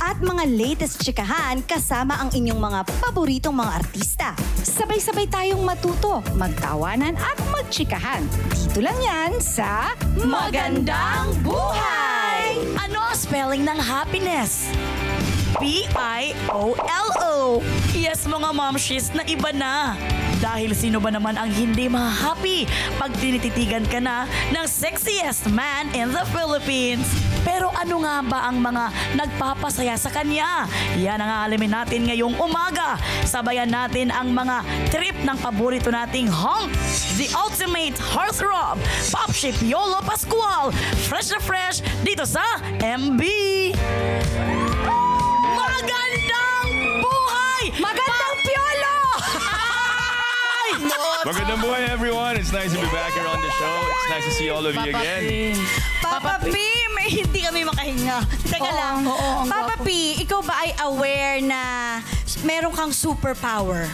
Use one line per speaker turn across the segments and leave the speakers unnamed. At mga latest chikahan kasama ang inyong mga paboritong mga artista.
Sabay-sabay tayong matuto, magtawanan at magtsikahan. Dito lang yan sa
Magandang Buhay! Ano ang spelling ng happiness? B-I-O-L-O. Yes, mga momshies na iba na. Dahil sino ba naman ang hindi ma-happy pag tinititigan ka na ng sexiest man in the Philippines? Pero ano nga ba ang mga nagpapasaya sa kanya? Yan ang aalamin natin ngayong umaga. Sabayan natin ang mga trip ng paborito nating honk, the ultimate hearthrob, pop ship Yolo Pascual, fresh na fresh dito sa MB. Magandang buhay! Magandang piyolo! Ay!
Magandang buhay, everyone. It's nice to be back here on the show. It's nice to see all of you again.
Papa P, may hindi kami makahinga. Teka
Oo,
lang.
oo, ang
Papa P, ikaw ba ay aware na meron kang superpower?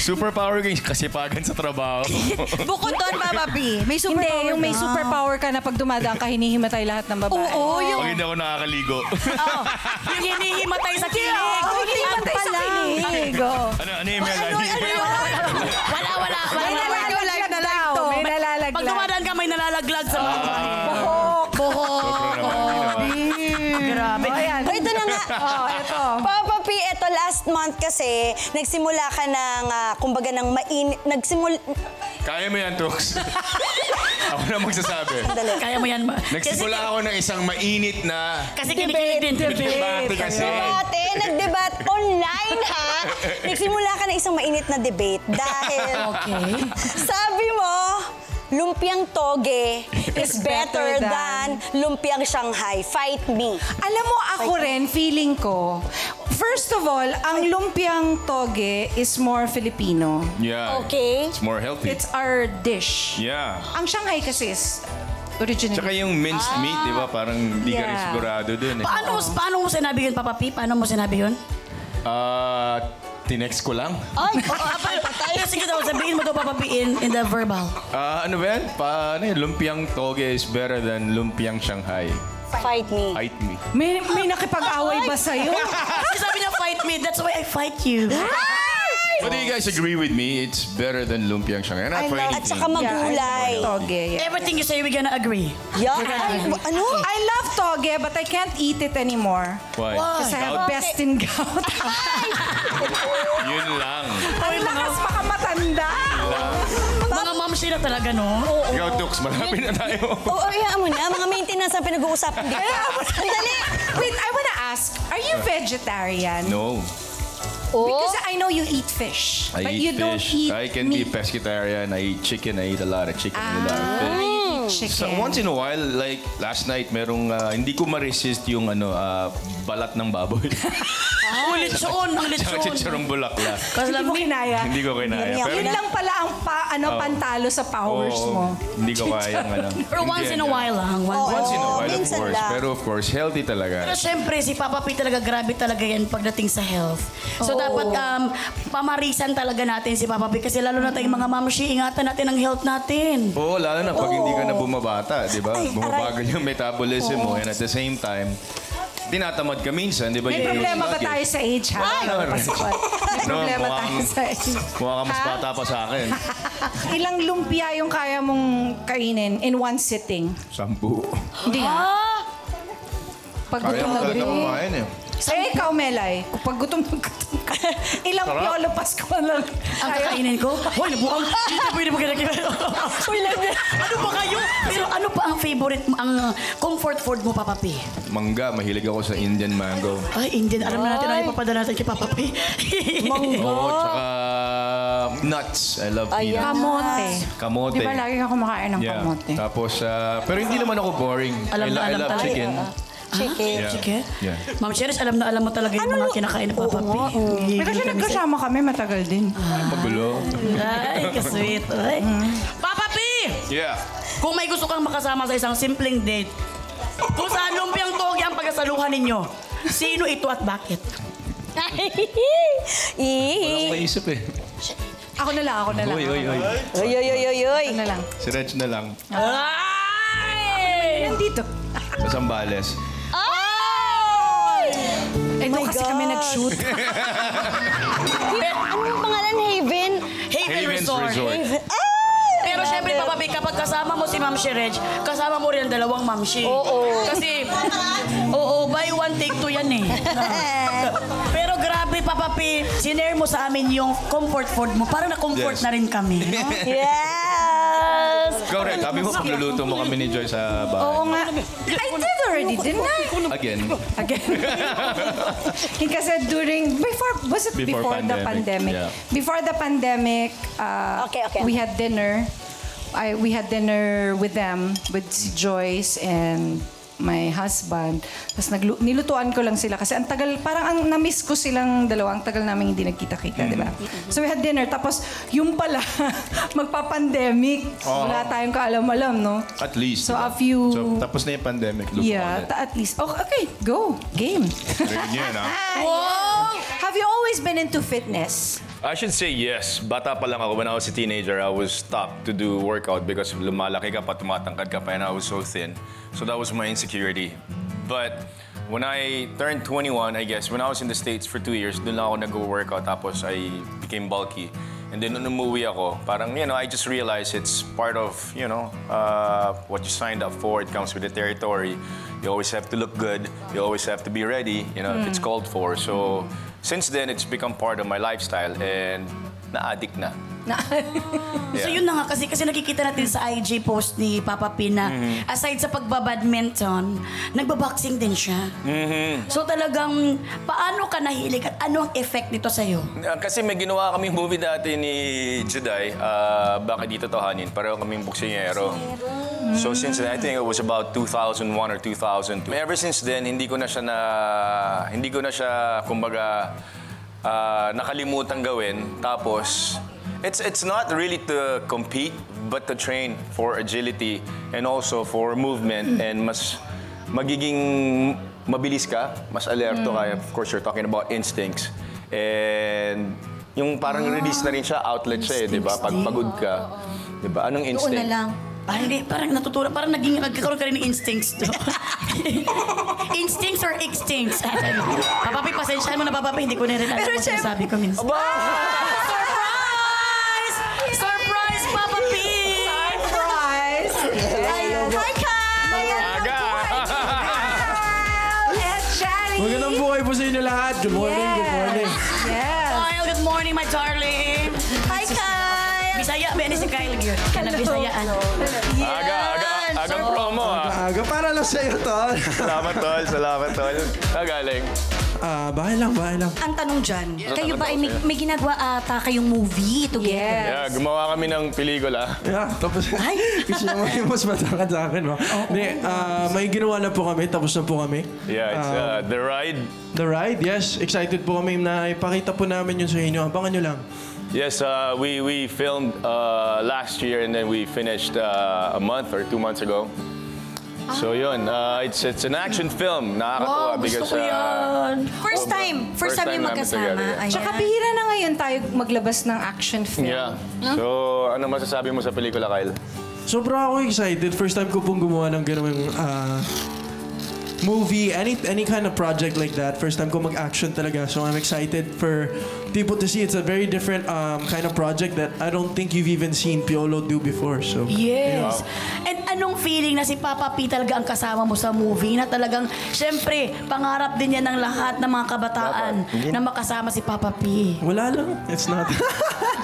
Superpower ko yung kasipagan sa trabaho.
Bukod doon, Papa P, may
Hindi,
superpower
yung may
ka.
superpower ka na pag dumadaan ka, hinihimatay lahat ng babae.
Oo, yung...
Pag hindi ako nakakaligo.
Yung hinihimatay sa
ah,
kilig.
Oo, hinihimatay sa
kinig. Oh.
ano, ano yung meron?
Ano, ano yun?
Wala, wala. wala,
May
wala.
nalalaglag na lang
daw,
to.
May nalalaglag.
Pag dumadaan ka, may nalalaglag sa mga
ano,
Grabe.
Ayan.
O, ito na nga.
Oh, ito.
Papa P, ito last month kasi, nagsimula ka ng, ah, kumbaga, ng main... Nagsimula...
Kaya mo yan, Tux. ako na magsasabi.
Dali.
Kaya mo yan. ma-
Nagsimula ako ng isang mainit na
Kasi kinikilig din.
debate kasi.
Debate, nag-debate online, ha? Nagsimula ka ng isang mainit na debate dahil...
Okay.
Sabi mo, lumpiang toge is better
better
than lumpiang Shanghai. Fight me.
Alam mo, ako rin, feeling ko, first of all, ang lumpiang toge is more Filipino.
Yeah.
Okay?
It's more healthy.
It's our dish.
Yeah.
Ang Shanghai kasi is originally.
Tsaka yung minced meat, di ba? Parang hindi ka rin
Yeah.
sigurado dun eh.
Paano, mo- paano mo sinabi yun, Papa P? Paano mo sinabi yun?
Ah, tinext ko lang.
Ay, Sige daw, sabihin mo daw, Papa P, in, in the verbal.
Ah, ano ba yan? Paano yun? Lumpiang toge is better than lumpiang Shanghai.
Fight me.
Fight me.
May, may nakipag-away ba sa'yo?
Kasi sabi niya, fight me. That's why I fight you.
But do you guys agree with me? It's better than lumpiang Shanghai. Not
I
for
love-
At
anything.
saka magulay.
toge, yeah.
Everything you say, we're gonna agree.
Yeah. Ay, ano?
I love toge, but I can't eat it anymore.
Why?
Because I have best in gout.
Yun lang.
Ang lakas makamatanda.
Mga mom sila talaga, no?
Ikaw, Tux, malapit na tayo.
Oo, oh, mo na. Mga maintenance ang pinag-uusapan dito. Sandali.
Wait, I wanna ask, are you vegetarian?
No.
Because I know you eat fish.
I
but
eat
you don't
fish.
eat
I can be
meat.
pescatarian. I eat chicken. I eat a lot of chicken. and a lot of fish.
Ah, you eat chicken.
So, once in a while, like last night, merong ah, hindi ko ma-resist yung ano, ah, balat ng baboy.
Oh, lechon, ang
Tsaka
lechon.
chicharong bulakla.
Kasi
Hindi mo kinaya.
hindi ko kinaya. Pero,
Yun
Oh.
Yun lang pala ang pa, ano, pantalo sa powers
Oo,
mo.
Hindi ko kaya. Ano,
Pero
Hindi
once in a
yan.
while lang. Once.
Oo.
Once in a while, of
Minsan
course.
lang.
Pero of course, healthy talaga.
Pero syempre, si Papa P talaga, grabe talaga yan pagdating sa health. So dapat um, pamarisan talaga natin si Papa P kasi lalo na tayong mga mamshi, ingatan natin ang health natin.
Oo, lalo na pag hindi ka na bumabata, di ba?
Ay,
Bumabagal yung metabolism mo and at the same time, tinatamad ka minsan, di ba?
May
You lose
problema ba
luggage.
tayo sa age, ha?
Wala naman.
Pascual? May
No,
problema
mukhang-
tayo sa age.
Mukha ka mas
Ha?
bata pa sa akin.
Ilang lumpia yung kaya mong kainin in one sitting?
Sampu.
Hindi nga. Pag
Kaya
gutom
mo
na
talaga
gutom.
kumain eh.
Eh, ikaw, Melay. Pag gutom na gutom ka. Ilang piolo Pascual lang.
Ang kakainin ko? Hoy, nabuang! Hindi pwede mo kinakibay. Hoy, lang Ano ba kayo? Pero ano pa ang favorite, mo- ang uh, comfort food mo, Papa P?
Mangga, mahilig ako sa Indian mango.
Ay, Indian. Alam na natin ang ipapadala natin kay Papa P.
Oo, tsaka nuts. I love peanuts.
Kamote.
Kamote.
ah. Di ba lagi ka kumakain ng
Yeah.
kamote?
Tapos, ah, pero hindi naman ako boring.
Alam
I,
na
lo- I
alam
love
talaga.
chicken.
Chicken.
Yeah.
Sige.
Yeah.
Ma'am Cheris, alam na alam mo talaga yung mga kinakain ni Papa P.
Eh, kasi nagkasama kami Ah. matagal din.
Magulo.
Mm. Ay, kasweet. Ay. Papa P!
Yeah.
Kung may gusto kang makasama sa isang simpleng date, kung saan lumpiang togi ang pagkasaluhan ninyo, sino ito at bakit?
Ihi.
Walang naisip eh.
Ako na lang, ako na lang.
Uy, uy, uy.
Oy, oy, oy, oy, oy.
Ako na lang.
Si Reg na lang.
Ay!
Nandito.
Sa Zambales.
Eh, doon kasi kami nag-shoot.
Anong pangalan, Haven?
Haven
Haven's
Resort.
Resort.
Pero syempre, Papa Vic, kapag kasama mo si Ma'am Shi Reg, kasama mo rin ang dalawang Ma'am Shi. Oo. Kasi,
Ah!
oo, buy one, take two yan eh. Pero grabe, Papa P, sinare mo sa amin yung comfort food mo. Para na-comfort
Yes.
na rin kami. No?
Yes!
Ikaw, Reg, sabi mo pagluluto mo kami ni Joy sa
Oo
bahay.
nga. I did already, didn't I?
Again.
Again. kasi during, before, was it before,
Before
the pandemic?
pandemic, yeah.
Before the pandemic, uh,
Okay, okay.
we had dinner. I, we had dinner with them, with si Joyce and my husband. Tapos naglu- nilutuan ko lang sila kasi ang tagal, parang ang na-miss ko silang dalawa. Ang tagal namin hindi nagkita-kita, di ba?
Mm-hmm.
So we had dinner. Tapos yung pala, magpa-pandemic.
Oo.
Wala tayong kaalam-alam, no?
At least.
So
diba?
a few-
So, tapos na yung pandemic. Look
Yeah, ta- at least. Oh, okay, go. Game.
Ganyan yun, ah.
Have you always been into fitness?
I should say yes. Bata pa lang ako. When I was a teenager, I was stopped to do workout because lumalaki ka pa, tumatangkad ka pa, and I was so thin. So that was my insecurity. But when I turned 21, I guess, when I was in the States for two years, doon lang ako nag-workout. Tapos I became bulky. And then nung umuwi ako, parang, you know, I just realized it's part of, you know, uh, what you signed up for. It comes with the territory. You always have to look good. You always have to be ready, you know, if it's called for. So, since then, it's become part of my lifestyle and na-addict na.
So yun na nga kasi kasi nakikita natin sa IG post ni Papa Pina.
Mm-hmm.
Aside sa pagbabadminton, nagbaboxing din siya.
Mm-hmm.
So talagang paano ka nahilig at ano ang effect nito sa iyo?
Ah, Kasi may ginawa kaming movie dati ni Juday, ah, Baka Dito Tohanin. Pareho kaming buksingero. So since then, I think it was about 2001 or 2002. Ever since then, hindi ko na siya na... Hindi ko na siya, kumbaga, ah, nakalimutan gawin. Tapos, it's, it's not really to compete, but to train for agility and also for movement and mas magiging mabilis ka, mas alerto ka. Of course, you're talking about instincts. And yung parang
Ah,
release na rin siya, outlet siya eh, di ba? Pag pagod ka, di ba? Anong
Doon na
instinct?
lang.
Parang, hindi, parang natutunan, parang naging nagkakaroon ka rin ng instincts. no? instincts or extincts? Ah, Papa P, pasensyahan mo na Papa P, hindi ko na rin alam
Pero
kung
syempre-
sinasabi ko minsan. Surprise! Surprise, Papa P!
Surprise! Hi, Kai!
Aga!
At Shari!
Magandang buhay po sa inyo lahat. Good morning, good morning.
Yes!
Kyle, good morning, my darling!
Hi, Kai!
Bisaya, ba? Ano si Kyle yun? Kanang Bisayaan.
Aga, aga, aga promo ah.
Aga, para lang sa'yo, Tol.
Salamat tol, salamat tol. Kagaling.
Ah, bahay lang, bahay lang.
Ang tanong dyan, kayo ba ay may, may ginagawa ata kayong movie together?
Yeah, gumawa kami ng pelikula.
Yeah, tapos gusto naman yung mas matangkad sa akin, no?
Oh,
Hindi, ah, may ginawa na po kami, tapos na po kami.
Yeah, it's
Ah,
uh, The Ride.
The ride, yes. Excited po kami na ipakita po namin yun sa inyo. Abangan nyo lang.
Yes, uh, we, we filmed uh, last year and then we finished uh, a month or two months ago.
Ah.
So yun, uh, it's it's an action film. Nakakatuwa
Wow, gusto
because
ko yan.
First
Oh,
time. First,
first
time,
time
yung
namin
magkasama.
together.
Ayan.
Tsaka bihira na ngayon tayo maglabas ng action film.
yeah. So ano masasabi mo sa pelikula, Kyle?
Sobra ako excited. First time ko pong gumawa ng ganung ah, movie, any any kind of project like that. First time ko mag-action talaga. So I'm excited for people to see. It's a very different um, kind of project that I don't think you've even seen Piolo do before. So
Yes. And anong feeling na si Papa P talaga ang kasama mo sa movie na talagang, syempre, pangarap din yan ng lahat ng mga kabataan na makasama si Papa P.
wala lang. It's not.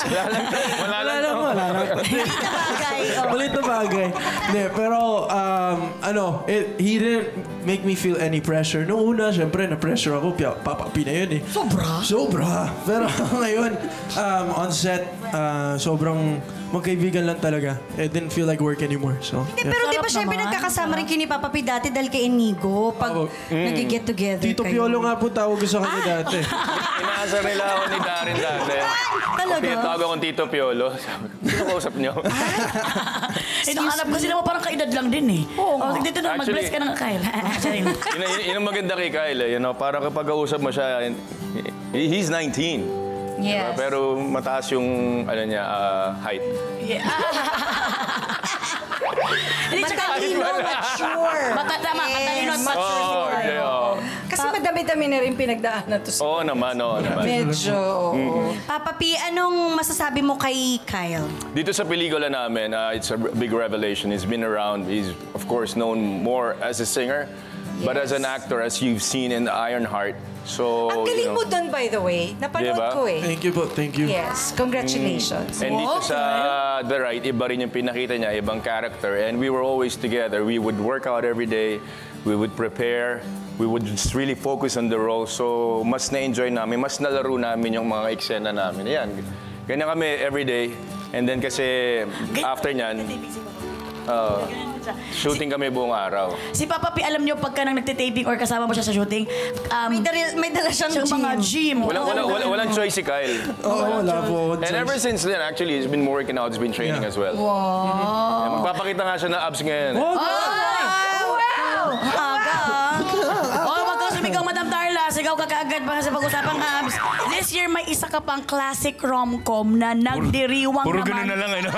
Wala
wala lang, wala lang.
Bagay, oh.
Malit na bagay. Hindi, pero, um, ano, it, he didn't make me feel any pressure. Noong una, syempre, na-pressure ako. Pia, papapi na yun eh. Sobra? Sobra. Pero ngayon, um, on set, ah, sobrang magkaibigan lang talaga. It didn't feel like work anymore. So, yeah.
Pero di ba
Sarap
syempre
naman,
nagkakasama rin kayo ni Papa P dati dahil kay Inigo pag
Oo.
nag-get together
Oh, mm. Tito
kayo.
Piolo nga po tawag ko sa kanya dati.
Inaasar nila ako ni Darren dati.
Ah,
Talaga?
Pinatawag akong Tito Piolo. Sino kausap niyo?
Ah.
Ito, hanap kasi naman parang kaedad lang din eh. Oo oh, Dito na,
Actually-
mag-bless ka ng Kyle. Charin.
yun, ang- yun ang maganda kay Kyle. eh, You know, para kapag kausap mo
eh,
siya, he- he's 19.
Yes.
Diba? Pero mataas yung ano niya, ah, height.
Yeah. Hindi, tsaka-
Matalino, mature.
Mata- tama, matalino at mature.
Oh, yeah, oh.
Kasi madami-dami na rin pinagdaanan to. So,
Oo naman, oo naman.
medyo, oo.
Papa P, anong masasabi mo kay Kyle?
Dito sa pelikula namin, ah, it's a big revelation. He's been around. He's, of course, known more as a singer, but as an actor, as you've seen in Ironheart. So,
Ang galing
you
mo
know,
doon, by the way.
Oh,
Napanood
Diba?
ko eh.
Thank you po. Thank you.
Yes, congratulations.
And dito sa The Right, iba rin yung pinakita niya, ibang character. And we were always together. We would work out every day. We would prepare. We would just really focus on the role. So, mas na-enjoy namin, mas nalaro namin yung mga eksena namin. Ayan, ganyan kami every day. And then kasi after niyan, Oh. uh, shooting kami buong araw.
Si Papa P, alam niyo, pagka nang nagtitaping or kasama mo siya sa shooting, um,
May, dala, may dala siyang
siyang
gym.
mga gym.
Wala, wala, wala, walang choice si Kyle.
Oo, wala po.
And ever since then, actually, he's been working out, he's been training
Yeah.
as well. Wow. Magpapakita nga siya ng abs ngayon. eh.
Oh, wag kang sumigaw, Madam Darla. Sigaw ka kaagad para sa pag-usapang abs. This year, may isa ka pang classic rom-com na nagdiriwang
Puro
naman.
ganun na lang, ano?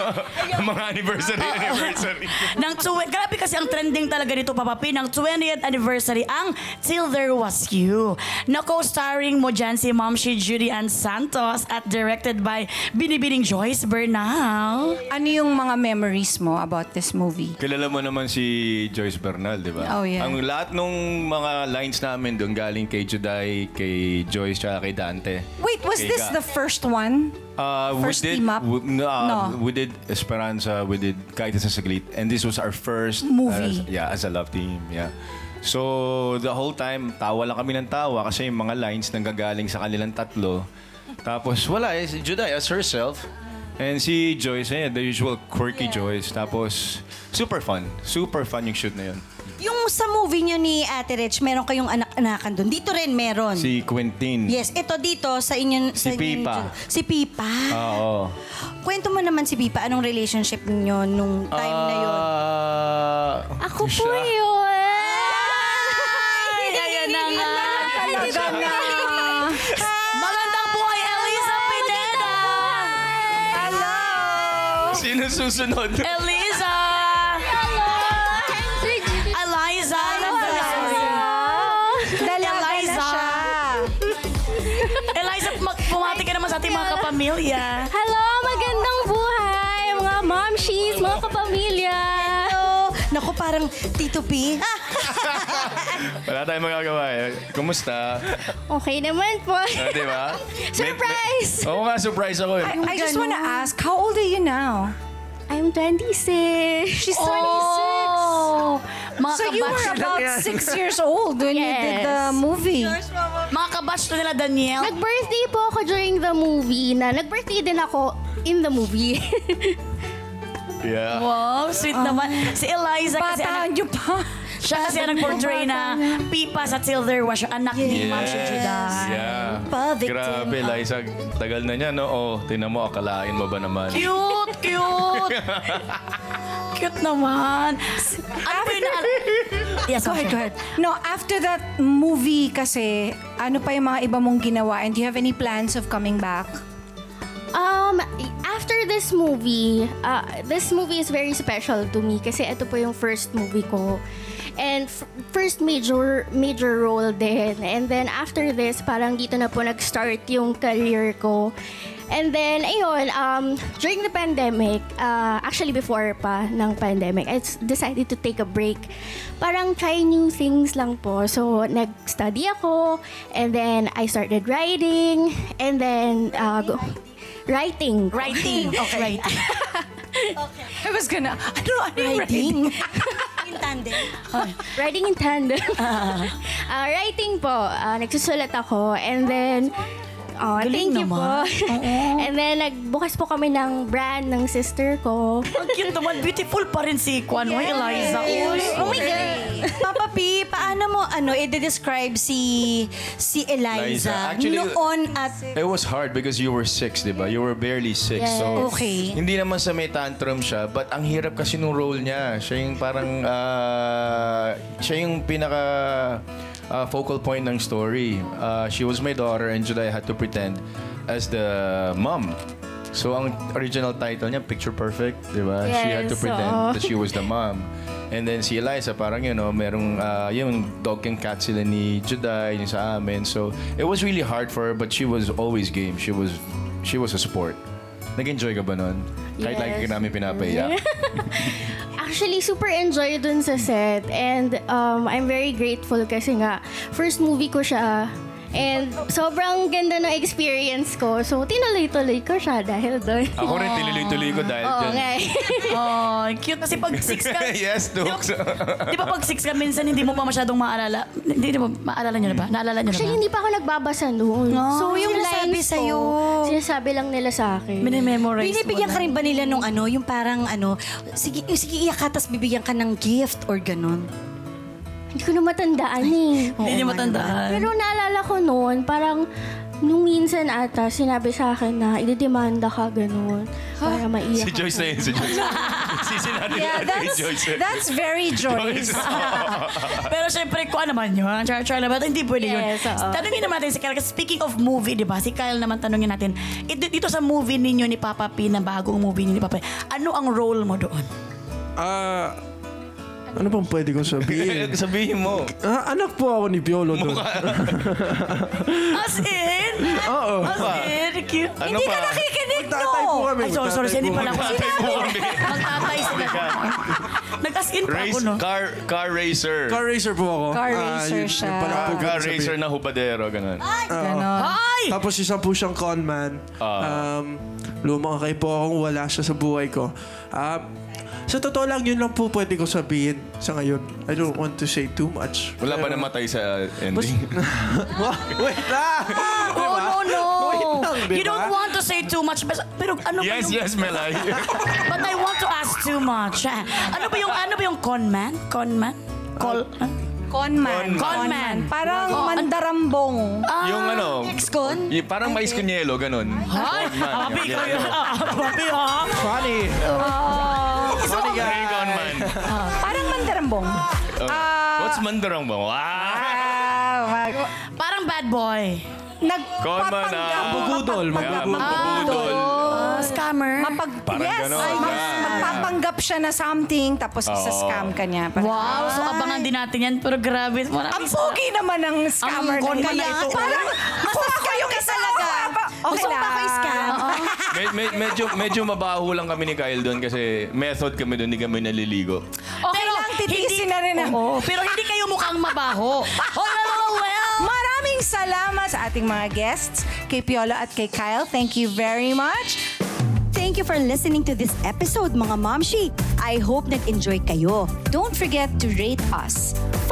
mga anniversary, anniversary.
ng tw- grabe kasi ang trending talaga nito, Papa P, ng 20th anniversary ang Till There Was You. Na co-starring mo dyan si Ma'am si Judy Ann Santos at directed by binibining Joyce Bernal.
Ano yung mga memories mo about this movie?
Kilala mo naman si Joyce Bernal, di ba?
Oh, yeah.
Ang lahat nung mga lines namin doon galing kay Juday, kay Joyce, at kay Dante.
Wait, was
Kay
this
Ga.
the first one?
Uh,
First
we did,
team up?
We, no, uh,
No.
we did Esperanza, we did Kahit Isa Saglit, and this was our first
Movie.
uh, yeah, as a love team. Yeah. So, the whole time, tawa lang kami ng tawa kasi yung mga lines nanggagaling sa kanilang tatlo. Tapos, wala eh, si Juday as herself. And si Joyce, eh, the usual quirky Joyce. Tapos, super fun. Super fun yung shoot na yun.
Yung sa movie niyo ni Ate Rich, meron kayong anak-anakan doon. Dito rin meron.
Si Quentin.
Yes, ito dito sa inyo. sa
Si
inyo-
Pipa.
si Pipa.
Oo.
Kwento mo naman si Pipa, anong relationship niyo nung time na yon?
Ah,
Ako
siya.
po
Ah,
yun!
Ay, ayan na nga.
Talaga na.
Magandang buhay, Eliza Pineda!
Hello.
Sino susunod?
Eliza! Eliza!
Dalaga na
Eliza.
siya.
Eliza, mag- bumati ka naman sa ating mga kapamilya.
Hello, magandang buhay, mga momshies, mga kapamilya.
Hello! Naku, parang Tito P.
Ah,
Wala tayong magagawa eh. Kumusta?
Okay naman po.
Ah, di ba?
Surprise! Ah.
May- may- Oo nga, surprise ako eh.
I just wanna ask, how old are you now?
I'm 26. She's 26.
Oh, mga
So you were
kabatch-
about six years old when you did the
Yes.
movie.
Mga kabatch na nila, Daniel.
Nag-birthday po ako during the movie na nag-birthday din ako in the movie.
Yeah.
Wow, sweet
Oh.
naman. Si Eliza kasi ano- anak,
Bataan niyo pa.
siya kasi ang nag-portray na pipa sa Till There Was Your Anak ni Ma'am Sir Judas.
Yeah.
Pa-victim.
Grabe,
Ah.
Liza. Tagal na niya, no? Oh, tinan mo, akalain mo ba naman?
Cute, cute. cute naman. Ano po yung naal- Yes,
Go ahead, go ahead. No, Oh, after that movie kasi, ano pa yung mga iba mong ginawa? And do you have any plans of coming back?
Um, after this movie, uh, this movie is very special to me kasi ito po yung first movie ko. And f- first major major role din. And then after this, parang dito na po nag-start yung career ko. And then, ayun, um, during the pandemic, uh, actually before pa ng pandemic, I s- decided to take a break. Parang try new things lang po. So, nag-study ako, and then I started writing, and then uh, go- Writing.
Writing. Okay. Writing.
I was gonna, ano, ano yung
Writing. In tandem.
Writing in Ah, tandem. Ah, writing po. Ah, nagsusulat ako. And then, Oh,
Galing
thank you
naman.
po. And then, nagbukas po kami ng brand ng sister ko.
Ang cute naman, beautiful pa rin si Kwan mo, Eliza. Uy.
Oh my God. Papa P, paano mo ano, i-describe si si
Liza.
Eliza
Actually,
noon at...
It was hard because you were six, di ba? You were barely six.
Yes.
So,
Okay.
Hindi naman sa may tantrum siya, but ang hirap kasi nung role niya. Siya yung parang, ah, siya yung pinaka ah, focal point ng story. Ah, she was my daughter and July had to pretend as the mom. So, ang original title niya, Picture Perfect, di ba? she had to
Yes,
pretend
oo.
that she was the mom. And then si Eliza, parang you know, merong ah, yung dog and cat sila ni Juday, yung sa amin. So, it was really hard for her, but she was always game. She was she was a sport. Nag-enjoy ka ba nun? Kahit
Yes.
lagi ka namin pinapaiyak.
Actually, super enjoy dun sa set. And um, I'm very grateful kasi nga, first movie ko siya. And sobrang ganda ng experience ko. So, tinuloy-tuloy ko siya dahil dun.
Ako rin, tinuloy-tuloy ko dahil
Oo
dyan.
nga. eh.
Oh, cute. Kasi pag six ka...
yes, Dukes.
Di ba pag six ka, minsan hindi mo pa masyadong maalala. Hindi na ba, maalala nyo na ba? Naalala nyo na ba?
Actually, hindi pa ako nagbabasa noon.
Oh,
so, yung
sinasabi
lines
sa'yo.
ko, sinasabi lang nila sa akin.
Minememorize mo
Binibigyan
na.
ka rin ba nila nung ano, yung parang ano, sige, eh, sige iyak ka, tapos bibigyan ka ng gift or ganun?
Hindi ko na matandaan eh.
Hindi niya
Oo nga
matandaan.
Pero naalala ko noon, parang nung minsan ata, sinabi sa akin na idedemanda ka ganun.
Ah.
Para
si
maiyak ako.
Joyce na yun, si Joyce. Sisinabi natin
Yeah,
kay
that's,
Joyce.
that's very Joyce.
Pero syempre, kuha naman yun. Char, char naman. Hindi pwede yun.
Yes, oo.
Tanungin naman natin si Kyle. Kasi speaking of movie, di ba? Si Kyle naman tanungin natin. Ito, dito sa movie ninyo ni Papa P, na bagong movie ni Papa P, ano ang role mo doon?
Ah, ano bang pwede kong sabihin?
Sabihin mo.
ah, anak po ako ni Piolo doon.
As in?
Oo.
As in? Cute.
Ano
Hindi
pa?
ka nakikinig,
Tatay po
no?
kami.
Ay, sorry, sorry.
magtatay
Hindi
po
pala
kami.
ako.
Tatay po kami.
Magtatay sila. Nag-as in pa ako,
Race,
no?
car, car racer.
Car racer po ako.
Car
Ah,
racer
yun-
siya.
yun pala po
Ah, car
kung sabihin.
racer na hubadero, ganun.
Ganon.
Ay!
Tapos isa po siyang con man.
Ah.
Um, lumakay po akong wala siya sa buhay ko. Ah, sa totoo lang, yun lang po pwede ko sabihin sa ngayon. I don't want to say too much.
Wala ba
Pero-
namatay sa uh, ending?
Wait lang!
Oh, no, no.
Wait lang, di
You don't
ba?
want to say too much. Pero, pero ano ba
yes,
yung...
yes, Melay.
But I want to ask too much. Ah, Ano ba yung, ano ba yung con man? Con man? Call?
Uh, Conman.
Conman.
Conman.
Parang
Oh, an-
mandarambong.
yung ano,
Ex-con?
y- parang mais kunyelo, ganun.
Ay, happy
Yeah,
ka
yeah.
yun. Happy Ah, ha?
Funny!
Funny guy. Gun man.
Parang mandarambong. Ah,
What's mandarang ba? Wow!
ah, mag-
Parang bad boy.
Conman, ah.
Nagpapanggap.
Bugudol, magbubudol.
Mabubudol.
Oh, scammer.
Mapag,
Parang
yes,
ganon.
ay, mag,
Yeah.
magpapanggap siya na something tapos isa-scam ka niya. Parang-
wow, so abangan din natin yan. Pero grabe.
Ang
Marami
pogi naman ng scammer
Ang con
na
man na
yan.
ito.
Parang masaka yung isa talaga. Okay
Gusto mo ba ako i-scam?
Med- med- medyo, medyo mabaho lang kami ni Kyle doon kasi method kami doon, hindi kami naliligo.
Okay lang, titiisin na rin
Oo,
ako.
pero hindi kayo mukhang mabaho. Oh, no, well.
Maraming salamat sa ating mga guests, kay Piolo at kay Kyle. Thank you very much.
Thank you for listening to this episode, mga Momshi. I hope nag-enjoy kayo.
Don't forget to rate us.